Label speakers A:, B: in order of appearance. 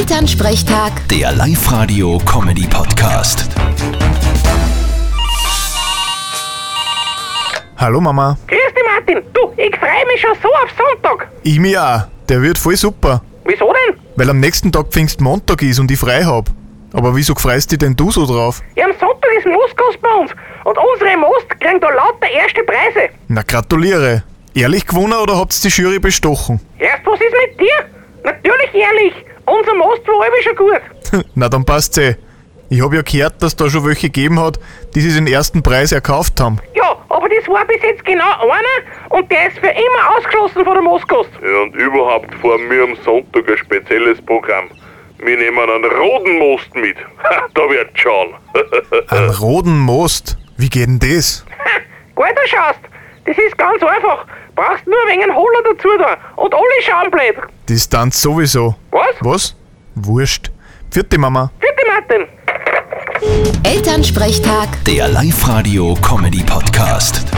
A: Elternsprechtag,
B: Der Live-Radio-Comedy-Podcast.
C: Hallo Mama.
D: Grüß dich, Martin. Du, ich freue mich schon so auf Sonntag.
C: Ich mich auch. Der wird voll super.
D: Wieso denn?
C: Weil am nächsten Tag Pfingstmontag ist und ich frei hab. Aber wieso freust dich denn du so drauf?
D: Ja, am Sonntag ist Moskos bei uns. Und unsere Most kriegen da lauter erste Preise.
C: Na gratuliere. Ehrlich gewonnen oder habt's die Jury bestochen?
D: Erst, was ist mit dir? Natürlich ehrlich. Unser Most war eben schon gut.
C: Na dann passt's eh. Ich hab ja gehört, dass da schon welche gegeben hat, die sich den ersten Preis erkauft haben.
D: Ja, aber das war bis jetzt genau einer und der ist für immer ausgeschlossen von der Moskos.
E: Ja, und überhaupt fahren wir am Sonntag ein spezielles Programm. Wir nehmen einen roten Most mit. Ha, da wird's schauen.
C: Ein roten Most. Wie geht denn das?
D: Ha, gut da schaust. Das ist ganz einfach. Brauchst nur wegen Holler dazu da. Und alle schauen blöd.
C: Distanz sowieso.
D: Was?
C: Was? Wurscht. Vierte Mama.
D: Bitte, Martin.
A: Elternsprechtag.
B: Der Live-Radio-Comedy-Podcast.